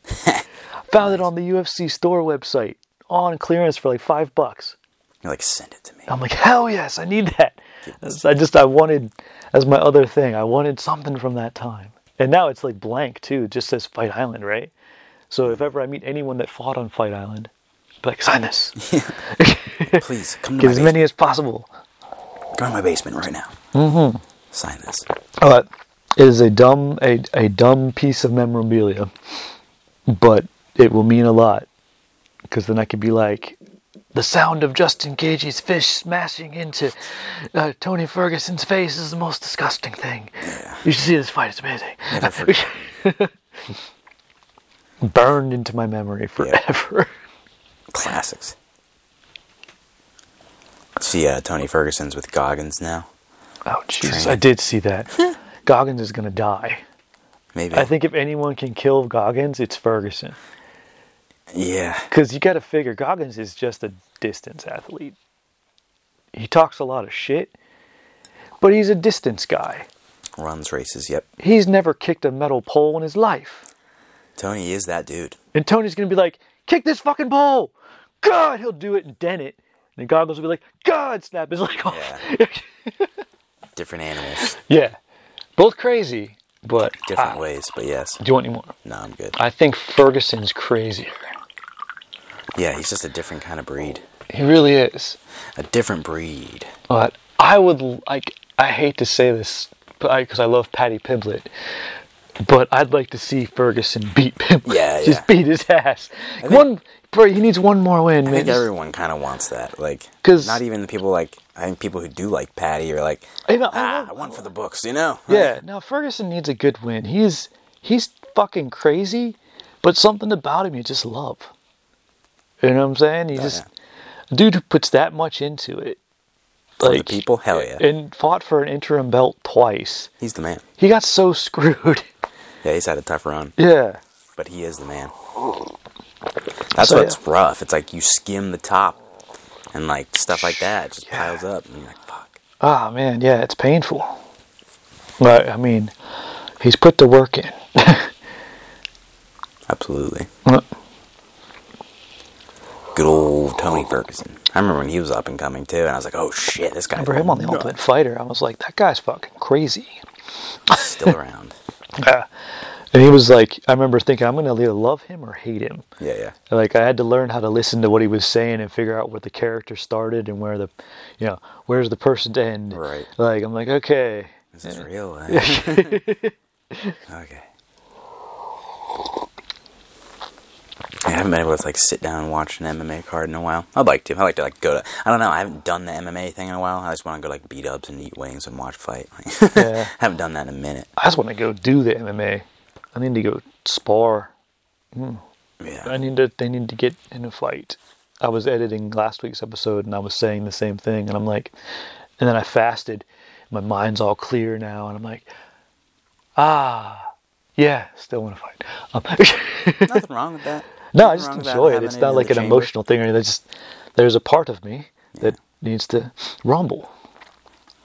Speaker 1: Found it on the UFC store website on clearance for like five bucks.
Speaker 2: You're like, send it to me.
Speaker 1: I'm like, hell yes, I need that. That's- I just I wanted as my other thing. I wanted something from that time, and now it's like blank too. It just says Fight Island, right? So if ever I meet anyone that fought on Fight Island, I'd be like sign this.
Speaker 2: Please come to
Speaker 1: Get
Speaker 2: my
Speaker 1: as
Speaker 2: basement.
Speaker 1: many as possible.
Speaker 2: Go to my basement right now. Mm-hmm. Sign this.
Speaker 1: Uh, it is a dumb a, a dumb piece of memorabilia, but it will mean a lot because then I could be like, the sound of Justin Gage's fish smashing into uh, Tony Ferguson's face is the most disgusting thing. You should see this fight; it's amazing.
Speaker 2: Never forget.
Speaker 1: Burned into my memory forever.
Speaker 2: Classics. See uh, Tony Ferguson's with Goggins now.
Speaker 1: Oh Jesus!
Speaker 2: Train.
Speaker 1: I did see that. Goggins is gonna die.
Speaker 2: Maybe.
Speaker 1: I think if anyone can kill Goggins, it's Ferguson.
Speaker 2: Yeah.
Speaker 1: Because you got to figure Goggins is just a distance athlete. He talks a lot of shit, but he's a distance guy.
Speaker 2: Runs races. Yep.
Speaker 1: He's never kicked a metal pole in his life.
Speaker 2: Tony is that dude.
Speaker 1: And Tony's going to be like, kick this fucking pole! God! He'll do it and dent it. And then Goggins will be like, God! Snap his leg off. Yeah.
Speaker 2: Different animals,
Speaker 1: Both crazy, but.
Speaker 2: different
Speaker 1: Ah,
Speaker 2: ways, but yes.
Speaker 1: Do you want any more?
Speaker 2: No, I'm good.
Speaker 1: I think Ferguson's crazier.
Speaker 2: Yeah, he's just a different kind of breed.
Speaker 1: He really is.
Speaker 2: A different breed.
Speaker 1: But I would like. I hate to say this, but because I, love Patty Pimblett, but I'd like to see Ferguson beat Pimblett.
Speaker 2: Yeah,
Speaker 1: just
Speaker 2: yeah.
Speaker 1: beat his ass. one, bro, he needs one more win,
Speaker 2: I think
Speaker 1: man.
Speaker 2: everyone kind of wants that. Like,
Speaker 1: 'Cause-
Speaker 2: not even the people like. I think people who do like Patty are like,
Speaker 1: You know, I
Speaker 2: ah,
Speaker 1: love-
Speaker 2: I want for the books, you know?
Speaker 1: uh, Yeah, no, Ferguson needs a good win. He's he's fucking crazy, but something about him you just love. You know what I'm saying?
Speaker 2: Oh,
Speaker 1: He just dude who puts that much into it.
Speaker 2: For the people, hell yeah.
Speaker 1: And fought for an interim belt twice.
Speaker 2: He's the man.
Speaker 1: He got so screwed.
Speaker 2: Yeah, he's had a tough run,
Speaker 1: yeah.
Speaker 2: but he is the man. That's
Speaker 1: Hmm. So,
Speaker 2: what's rough. It's like you skim the top, and like stuff like that just piles up, and you're like, fuck.
Speaker 1: Ah, man, yeah, it's painful. But I mean, he's put the work in.
Speaker 2: Absolutely.
Speaker 1: Well,
Speaker 2: Good old Tony Ferguson. I remember when he was up and coming too, and I was like, oh shit, this guy.
Speaker 1: For him on the Ultimate Fighter, I was like, that guy's fucking crazy.
Speaker 2: still around.
Speaker 1: And he was like, I remember thinking, I'm gonna either love him or hate him.
Speaker 2: Yeah, yeah.
Speaker 1: Like I had to learn how to listen to what he was saying and figure out where the character started and where the, you know, where's the person's end.
Speaker 2: Right.
Speaker 1: Like I'm like, okay,
Speaker 2: This is real life. okay. I haven't been able to like sit down and watch an MMA card in a while. I'd like to. I like to like go to. I don't know. I haven't done the MMA thing in a while. I just want to go like beat ups and eat wings and watch fight. Like,
Speaker 1: Yeah.
Speaker 2: haven't done that in a minute.
Speaker 1: I just want to go do the MMA. I need to go spar. I
Speaker 2: Yeah.
Speaker 1: need to. They need to get in a fight. I was editing last week's episode and I was saying the same thing, and I'm like, and then I fasted. My mind's all clear now, and I'm like, ah, yeah, still want to fight. Um,
Speaker 2: Nothing wrong with that.
Speaker 1: no, I
Speaker 2: Nothing
Speaker 1: just
Speaker 2: wrong with that,
Speaker 1: enjoy it.
Speaker 2: having
Speaker 1: It's
Speaker 2: it
Speaker 1: not
Speaker 2: in
Speaker 1: like
Speaker 2: the
Speaker 1: an
Speaker 2: chamber.
Speaker 1: emotional thing or anything. It's Just there's a part of me that needs to rumble.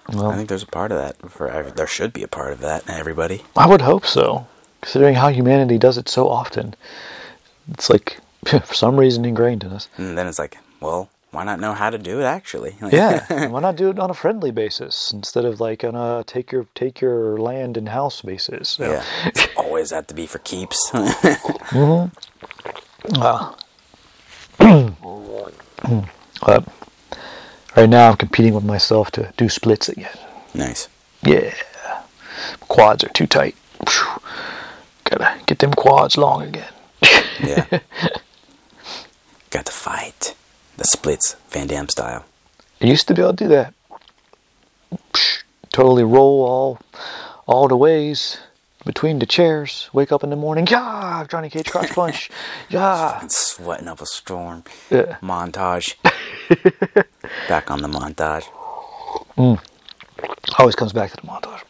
Speaker 2: I think there's a part of that for every, there should be a part of that in everybody.
Speaker 1: I would hope so, considering how humanity does it so often. It's like for some reason ingrained in us.
Speaker 2: And then it's like, well, why not know how to do it actually? Like,
Speaker 1: Yeah, and why not do it on a friendly basis instead of like on a take your take your land and house basis? you know?
Speaker 2: yeah. Always have to be for keeps.
Speaker 1: But right now, I'm competing with myself to do splits again.
Speaker 2: nice.
Speaker 1: Yeah, quads are too tight. Phew. Get them quads long again.
Speaker 2: Yeah. Got to fight. The splits, Van Damme style.
Speaker 1: I used to be able to do that. Psh, Totally roll all, all the ways between the chairs. Wake up in the morning. Yeah, Johnny Cage crotch punch. Yeah.
Speaker 2: And sweating up a storm.
Speaker 1: Yeah.
Speaker 2: Montage. Back on the montage.
Speaker 1: Always comes back to the montage.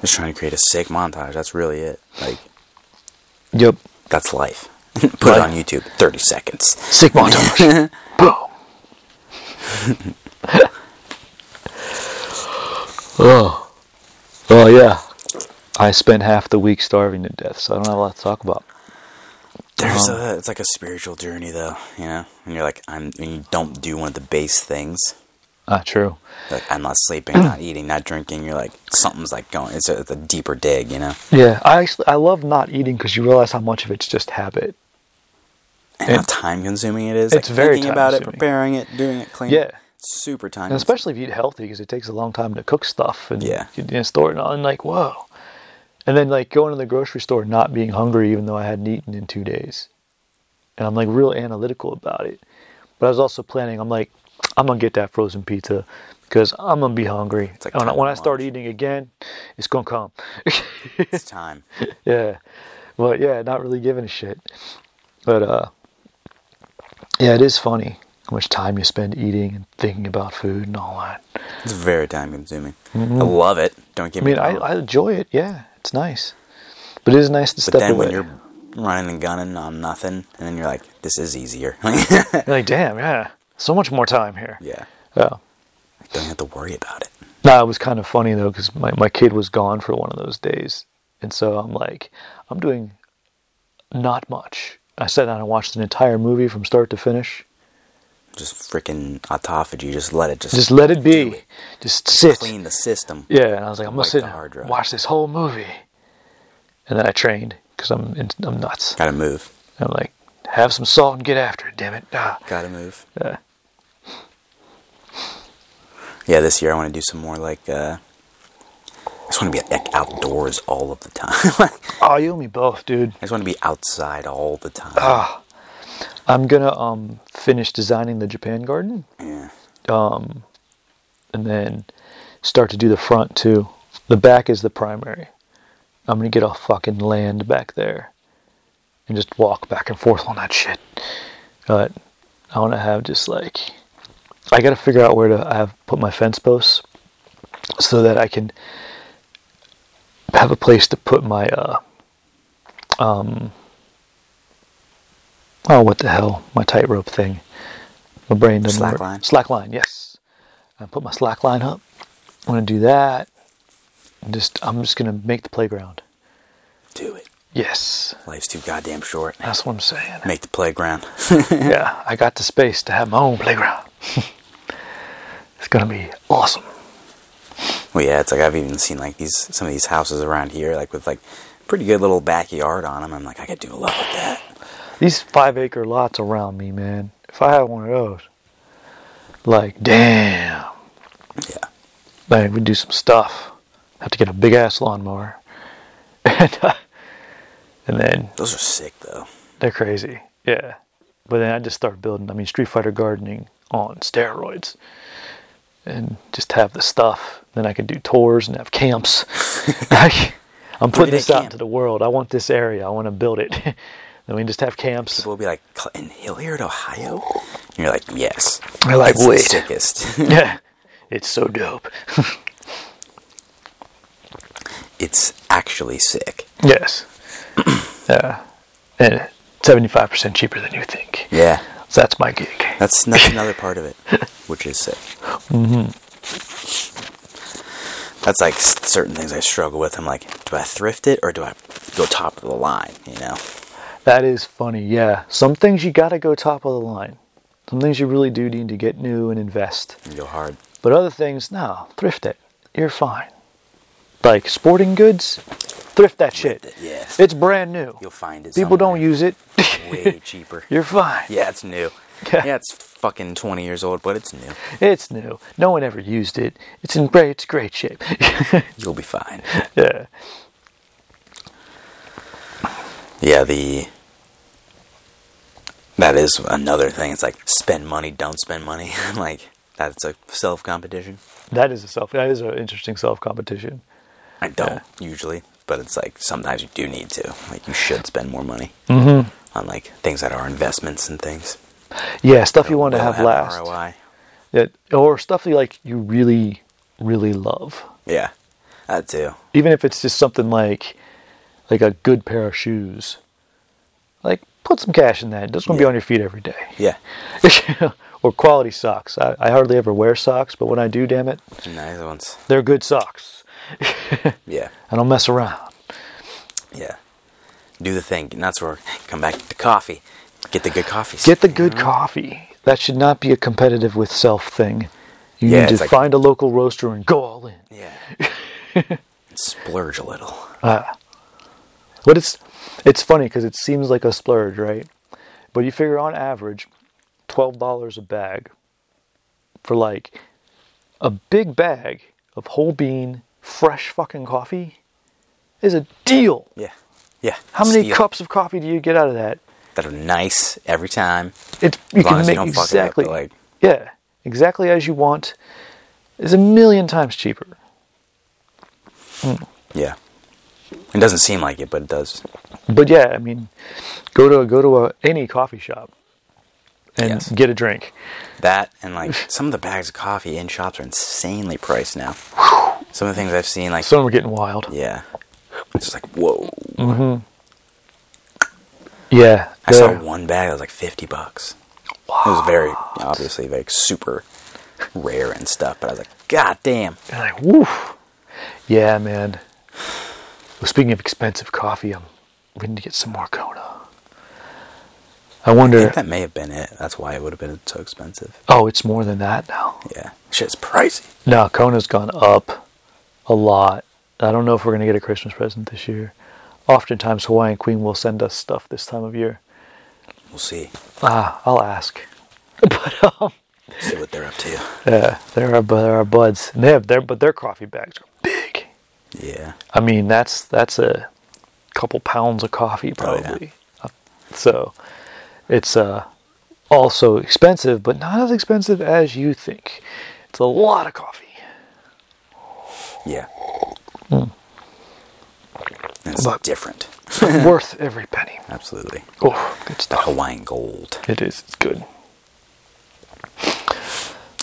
Speaker 2: Just trying to create a sick montage. That's really it. Like,
Speaker 1: Yep.
Speaker 2: that's life. Put it on YouTube. 30 seconds.
Speaker 1: Sick montage. Boom. oh. Oh yeah. I spent half the week starving to death, so I don't have a lot to talk about.
Speaker 2: There's a, it's like a spiritual journey, though, you know? And you're like, I'm, and you don't do one of the base things.
Speaker 1: Ah, true.
Speaker 2: Like, I'm not sleeping, not eating, not drinking. You're like, something's like going. It's a, it's a deeper dig, you know?
Speaker 1: Yeah, I actually I love not eating because you realize how much of it's just habit.
Speaker 2: And how time consuming it is.
Speaker 1: It's
Speaker 2: like,
Speaker 1: very
Speaker 2: thinking about it,
Speaker 1: time-consuming.
Speaker 2: preparing it, doing it, cleaning
Speaker 1: Yeah.
Speaker 2: it. It's super time
Speaker 1: And especially if you eat healthy, because it takes a long time to cook stuff and
Speaker 2: Yeah.
Speaker 1: get in a store and all, and like whoa, and then like going to the grocery store and not being hungry even though I hadn't eaten in two days, and I'm like real analytical about it. But I was also planning. I'm like, I'm gonna get that frozen pizza because I'm gonna be hungry.
Speaker 2: It's like
Speaker 1: and when I-
Speaker 2: time
Speaker 1: when
Speaker 2: to
Speaker 1: I start
Speaker 2: launch.
Speaker 1: eating again, it's gonna come.
Speaker 2: It's time.
Speaker 1: yeah, but yeah, not really giving a shit. But uh, yeah, it is funny how much time you spend eating and thinking about food and all that.
Speaker 2: It's very time consuming. I love it. Don't get
Speaker 1: Mm-hmm. I
Speaker 2: me
Speaker 1: mean, I,
Speaker 2: wrong.
Speaker 1: I enjoy it. Yeah, it's nice, but it is nice to
Speaker 2: but
Speaker 1: step
Speaker 2: then
Speaker 1: away.
Speaker 2: when you're running and gunning on nothing, and then you're like, this is easier. yeah.
Speaker 1: You're like, damn, yeah, so much more time here. Yeah.
Speaker 2: Like, don't have to worry about it.
Speaker 1: No, it was kind of funny though because my, my kid was gone for one of those days, and so I'm like, I'm doing not much. I sat down and watched an entire movie from start to finish.
Speaker 2: Just freaking autophagy. Just let it just,
Speaker 1: Just let it be. Just sit.
Speaker 2: clean the system.
Speaker 1: Yeah, and I was like, I'm gonna
Speaker 2: Wipe
Speaker 1: sit
Speaker 2: the
Speaker 1: and
Speaker 2: hard drive.
Speaker 1: watch this whole movie. And then I trained because I'm in, I'm nuts.
Speaker 2: Gotta move.
Speaker 1: I'm like, have some salt and get after it. Damn it! Ah.
Speaker 2: Gotta move.
Speaker 1: Yeah.
Speaker 2: Yeah, this year I want to do some more like. uh I just want to be like outdoors all of the time.
Speaker 1: Oh, you and me both, dude.
Speaker 2: I just want to be outside all the time.
Speaker 1: Ah, I'm gonna um finish designing the Japan garden,
Speaker 2: Yeah.
Speaker 1: and then start to do the front too. The back is the primary. I'm gonna get off fucking land back there, and just walk back and forth on that shit. But I want to have just like I gotta figure out where to I have put my fence posts so that I can have a place to put my uh um oh what the hell my tightrope thing my brain doesn't
Speaker 2: Slack
Speaker 1: work.
Speaker 2: line?
Speaker 1: slack line yes I put my slack line up I'm gonna do that And just I'm just gonna make the playground
Speaker 2: Do it.
Speaker 1: yes
Speaker 2: Life's too goddamn short.
Speaker 1: that's what I'm saying
Speaker 2: Make the playground.
Speaker 1: yeah, I got the space to have my own playground. it's gonna be awesome.
Speaker 2: Well, yeah, it's like I've even seen like these some of these houses around here, like with like pretty good little backyard on them. I'm like, I could do a lot with that.
Speaker 1: These five acre lots around me, man. If I had one of those, like damn,
Speaker 2: Yeah,
Speaker 1: like we do some stuff. Have to get a big ass lawnmower, and uh, and then
Speaker 2: those are sick though.
Speaker 1: they're crazy, yeah. But then I just start building. I mean, Street Fighter gardening on steroids, and just have the stuff. Then I can do tours and have camps. Like, I'm putting
Speaker 2: Three-day
Speaker 1: this out
Speaker 2: camp.
Speaker 1: into the world. I want this area. I want to build it. then we just have camps.
Speaker 2: People will be like, "Cl- in Hilliard, Ohio, and you're like, yes.
Speaker 1: They're like,
Speaker 2: It's the
Speaker 1: "Wait."
Speaker 2: sickest.
Speaker 1: Yeah, it's so dope.
Speaker 2: it's actually sick.
Speaker 1: yes. yeah, and 75% cheaper than you think.
Speaker 2: Yeah,
Speaker 1: So that's my gig.
Speaker 2: that's that's another part of it, which is sick. Mm-hmm. That's like s- certain things I struggle with. I'm like, do I thrift it or do I go top of the line? You know,
Speaker 1: That is funny. Yeah, some things you gotta go top of the line. Some things you really do need to get new and invest.
Speaker 2: and go hard.
Speaker 1: But other things, no, thrift it. You're fine. Like sporting goods, thrift that shit.
Speaker 2: it, yeah.
Speaker 1: It's brand new.
Speaker 2: You'll find it.
Speaker 1: People don't
Speaker 2: somewhere.
Speaker 1: use it.
Speaker 2: way cheaper.
Speaker 1: You're fine.
Speaker 2: Yeah, it's new.
Speaker 1: Yeah.
Speaker 2: Yeah. it's fucking 20 years old, but it's new.
Speaker 1: It's new. No one ever used it. It's in great, it's great shape.
Speaker 2: You'll be fine.
Speaker 1: yeah.
Speaker 2: Yeah, the that is another thing. It's like spend money, don't spend money. like that's a self competition.
Speaker 1: That is a self. That is an interesting self competition.
Speaker 2: I don't usually, but it's like sometimes you do need to. Like you should spend more money on like things that are investments and things.
Speaker 1: Yeah, stuff you want to
Speaker 2: Will
Speaker 1: have
Speaker 2: an
Speaker 1: last.
Speaker 2: ROI.
Speaker 1: That or stuff you like you really really love.
Speaker 2: Yeah, that too.
Speaker 1: Even if it's just something like like a good pair of shoes. Like put some cash in that. It doesn't want to be
Speaker 2: Yeah.
Speaker 1: on your feet every day.
Speaker 2: Yeah,
Speaker 1: or quality socks. I, I hardly ever wear socks, but when I do, damn it,
Speaker 2: nice ones.
Speaker 1: they're good socks.
Speaker 2: Yeah,
Speaker 1: I don't mess around.
Speaker 2: yeah. Do the thing. And that's where come back to coffee. Get the good coffee.
Speaker 1: Get the good coffee. That should not be a competitive with self thing. You
Speaker 2: Yeah,
Speaker 1: need to
Speaker 2: it's like-
Speaker 1: find a local roaster and go all in.
Speaker 2: Yeah. Splurge a little.
Speaker 1: But it's it's funny because it seems like a splurge, right? But you figure on average, twelve dollars a bag for like a big bag of whole bean fresh fucking coffee is a deal.
Speaker 2: Yeah. Yeah.
Speaker 1: How many
Speaker 2: Steal.
Speaker 1: cups of coffee do you get out of that?
Speaker 2: that are nice every time?
Speaker 1: It's you
Speaker 2: As long
Speaker 1: can
Speaker 2: as you
Speaker 1: make
Speaker 2: don't fuck it up,
Speaker 1: exactly
Speaker 2: but, like-
Speaker 1: yeah exactly as you want is a million times cheaper.
Speaker 2: Yeah. It doesn't seem like it, but it does.
Speaker 1: But yeah, I mean, go to go to a, any coffee shop and
Speaker 2: Yes.
Speaker 1: get a drink.
Speaker 2: That and like some of the bags of coffee in shops are insanely priced now. Some of the things I've seen, like,
Speaker 1: Some are getting wild.
Speaker 2: yeah. It's just like, whoa.
Speaker 1: Yeah,
Speaker 2: I saw
Speaker 1: they're-
Speaker 2: one bag that was like 50 bucks. It was very, obviously, like super rare and stuff, but I was like, god damn.
Speaker 1: And like, woof. Yeah, man. Well, speaking of expensive coffee, I'm we need to get some more Kona. I
Speaker 2: I
Speaker 1: wonder.
Speaker 2: think that may have been it. That's why it would have been so expensive.
Speaker 1: oh, it's more than that now.
Speaker 2: Yeah. Shit's pricey.
Speaker 1: No, Kona's gone up a lot. I don't know if we're gonna get a Christmas present this year. Oftentimes, Hawaiian Queen will send us stuff this time of year.
Speaker 2: We'll see.
Speaker 1: Ah, I'll ask.
Speaker 2: See what they're up to.
Speaker 1: Yeah, there are there are buds, and they have their but their coffee bags are big.
Speaker 2: Yeah.
Speaker 1: I mean, that's that's a couple pounds of coffee
Speaker 2: Oh, yeah.
Speaker 1: probably. So it's uh, also expensive, but not as expensive as you think. It's a lot of coffee.
Speaker 2: Yeah. And It's
Speaker 1: Hmm. But-
Speaker 2: different.
Speaker 1: It's worth every penny.
Speaker 2: Absolutely.
Speaker 1: Oh, good
Speaker 2: That
Speaker 1: stuff.
Speaker 2: Hawaiian gold.
Speaker 1: It is. It's good.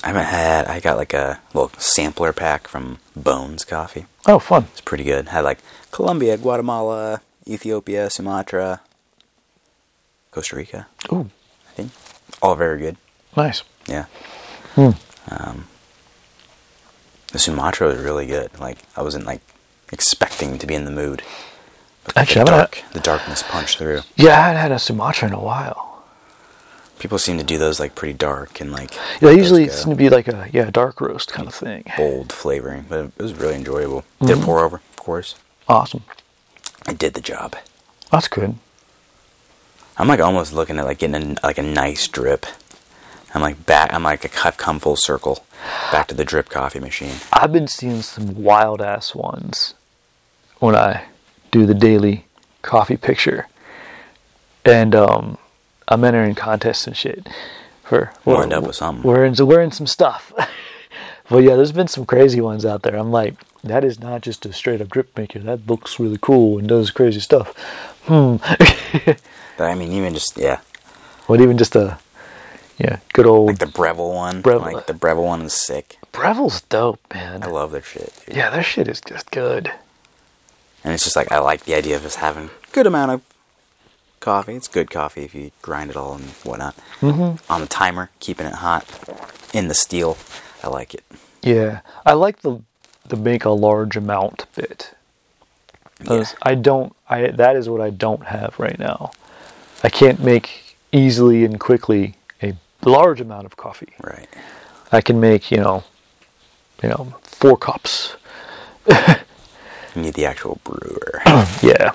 Speaker 2: I haven't had, I got like a little sampler pack from Bones Coffee.
Speaker 1: Oh, fun.
Speaker 2: It's pretty good. Had like Colombia, Guatemala, Ethiopia, Sumatra, Costa Rica,
Speaker 1: Ooh,
Speaker 2: I think. All very good.
Speaker 1: nice.
Speaker 2: Yeah. Um,
Speaker 1: Hmm.
Speaker 2: The Sumatra was really good. Like, I wasn't like expecting to be in the mood. But
Speaker 1: Actually, I
Speaker 2: the,
Speaker 1: haven't
Speaker 2: dark, the darkness punched through.
Speaker 1: Yeah, I hadn't had a Sumatra in a while.
Speaker 2: People seem to do those like pretty dark and like.
Speaker 1: Yeah,
Speaker 2: those
Speaker 1: usually
Speaker 2: go.
Speaker 1: it seems to be like a yeah dark roast kind of thing.
Speaker 2: bold flavoring, but it was really enjoyable.
Speaker 1: Mm-hmm.
Speaker 2: Did a pour over, of course.
Speaker 1: Awesome.
Speaker 2: I did the job.
Speaker 1: That's good.
Speaker 2: I'm like almost looking at like getting a, like a nice drip. I'm like back. I'm like a, I've come full circle, back to the drip coffee machine.
Speaker 1: I've been seeing some wild ass ones when I do the daily coffee picture. And um, I'm entering contests and shit. For
Speaker 2: We'll end up with something.
Speaker 1: We're in, we're in some stuff. but yeah, there's been some crazy ones out there. I'm like, that is not just a straight up drip maker. That looks really cool and does crazy stuff. Hmm.
Speaker 2: I mean, even just yeah,
Speaker 1: But even just a yeah, good old
Speaker 2: like the Breville one.
Speaker 1: Breville.
Speaker 2: Like the Breville one is sick.
Speaker 1: Breville's dope, man.
Speaker 2: I love their shit. dude.
Speaker 1: yeah, their shit is just good.
Speaker 2: And it's just like I like the idea of us having good amount of coffee. It's good coffee if you grind it all and whatnot. Mm-hmm. On the timer, keeping it hot in the steel. I like it.
Speaker 1: Yeah, I like the the make a large amount bit. 'Cause I don't. I that is what I don't have right now. I can't make easily and quickly a large amount of coffee.
Speaker 2: Right.
Speaker 1: I can make you know, you know, four cups.
Speaker 2: You need the actual brewer.
Speaker 1: Yeah,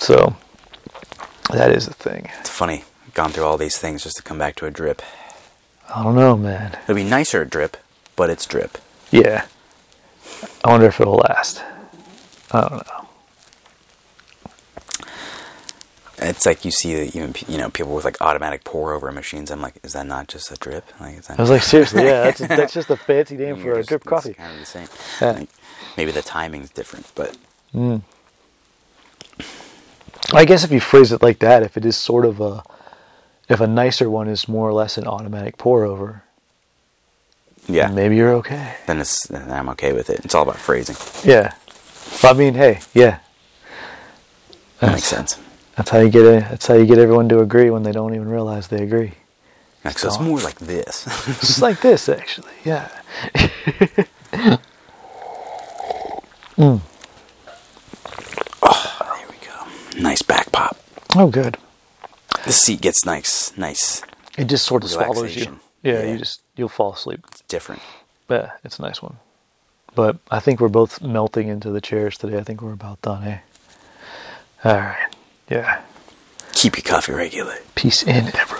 Speaker 1: so that is a thing.
Speaker 2: it's funny. Gone through all these things just to come back to a drip.
Speaker 1: I don't know, man.
Speaker 2: It'll be nicer a drip, but it's drip.
Speaker 1: Yeah, I wonder if it'll last.
Speaker 2: it's like you see even pe- you know people with like automatic pour over machines. I'm like, is that not just a drip? Like, is that
Speaker 1: I was like, seriously, yeah, that's, that's just a fancy name for a drip coffee.
Speaker 2: Kind of the same.
Speaker 1: Yeah.
Speaker 2: Like, maybe the timing's different, but
Speaker 1: I guess if you phrase it like that, if it is sort of a, if a nicer one is more or less an automatic pour over,
Speaker 2: yeah,
Speaker 1: maybe you're okay.
Speaker 2: then it's then I'm okay with it. It's all about phrasing.
Speaker 1: Yeah. I mean, hey, yeah,
Speaker 2: That makes sense.
Speaker 1: that's how you get it. That's how you get everyone to agree when they don't even realize they agree.
Speaker 2: Like, so it's more like this.
Speaker 1: It's like this, actually. Yeah.
Speaker 2: there we go. Nice back pop.
Speaker 1: Oh, good.
Speaker 2: The seat gets nice, nice,
Speaker 1: It just sort of swallows you.
Speaker 2: Relaxation.
Speaker 1: Yeah,
Speaker 2: Yeah.
Speaker 1: you just you'll fall asleep.
Speaker 2: different.
Speaker 1: But it's a nice one. But I think we're both melting into the chairs today. I think we're about done, eh? All right. Yeah.
Speaker 2: Keep your coffee regular.
Speaker 1: Peace in, everyone.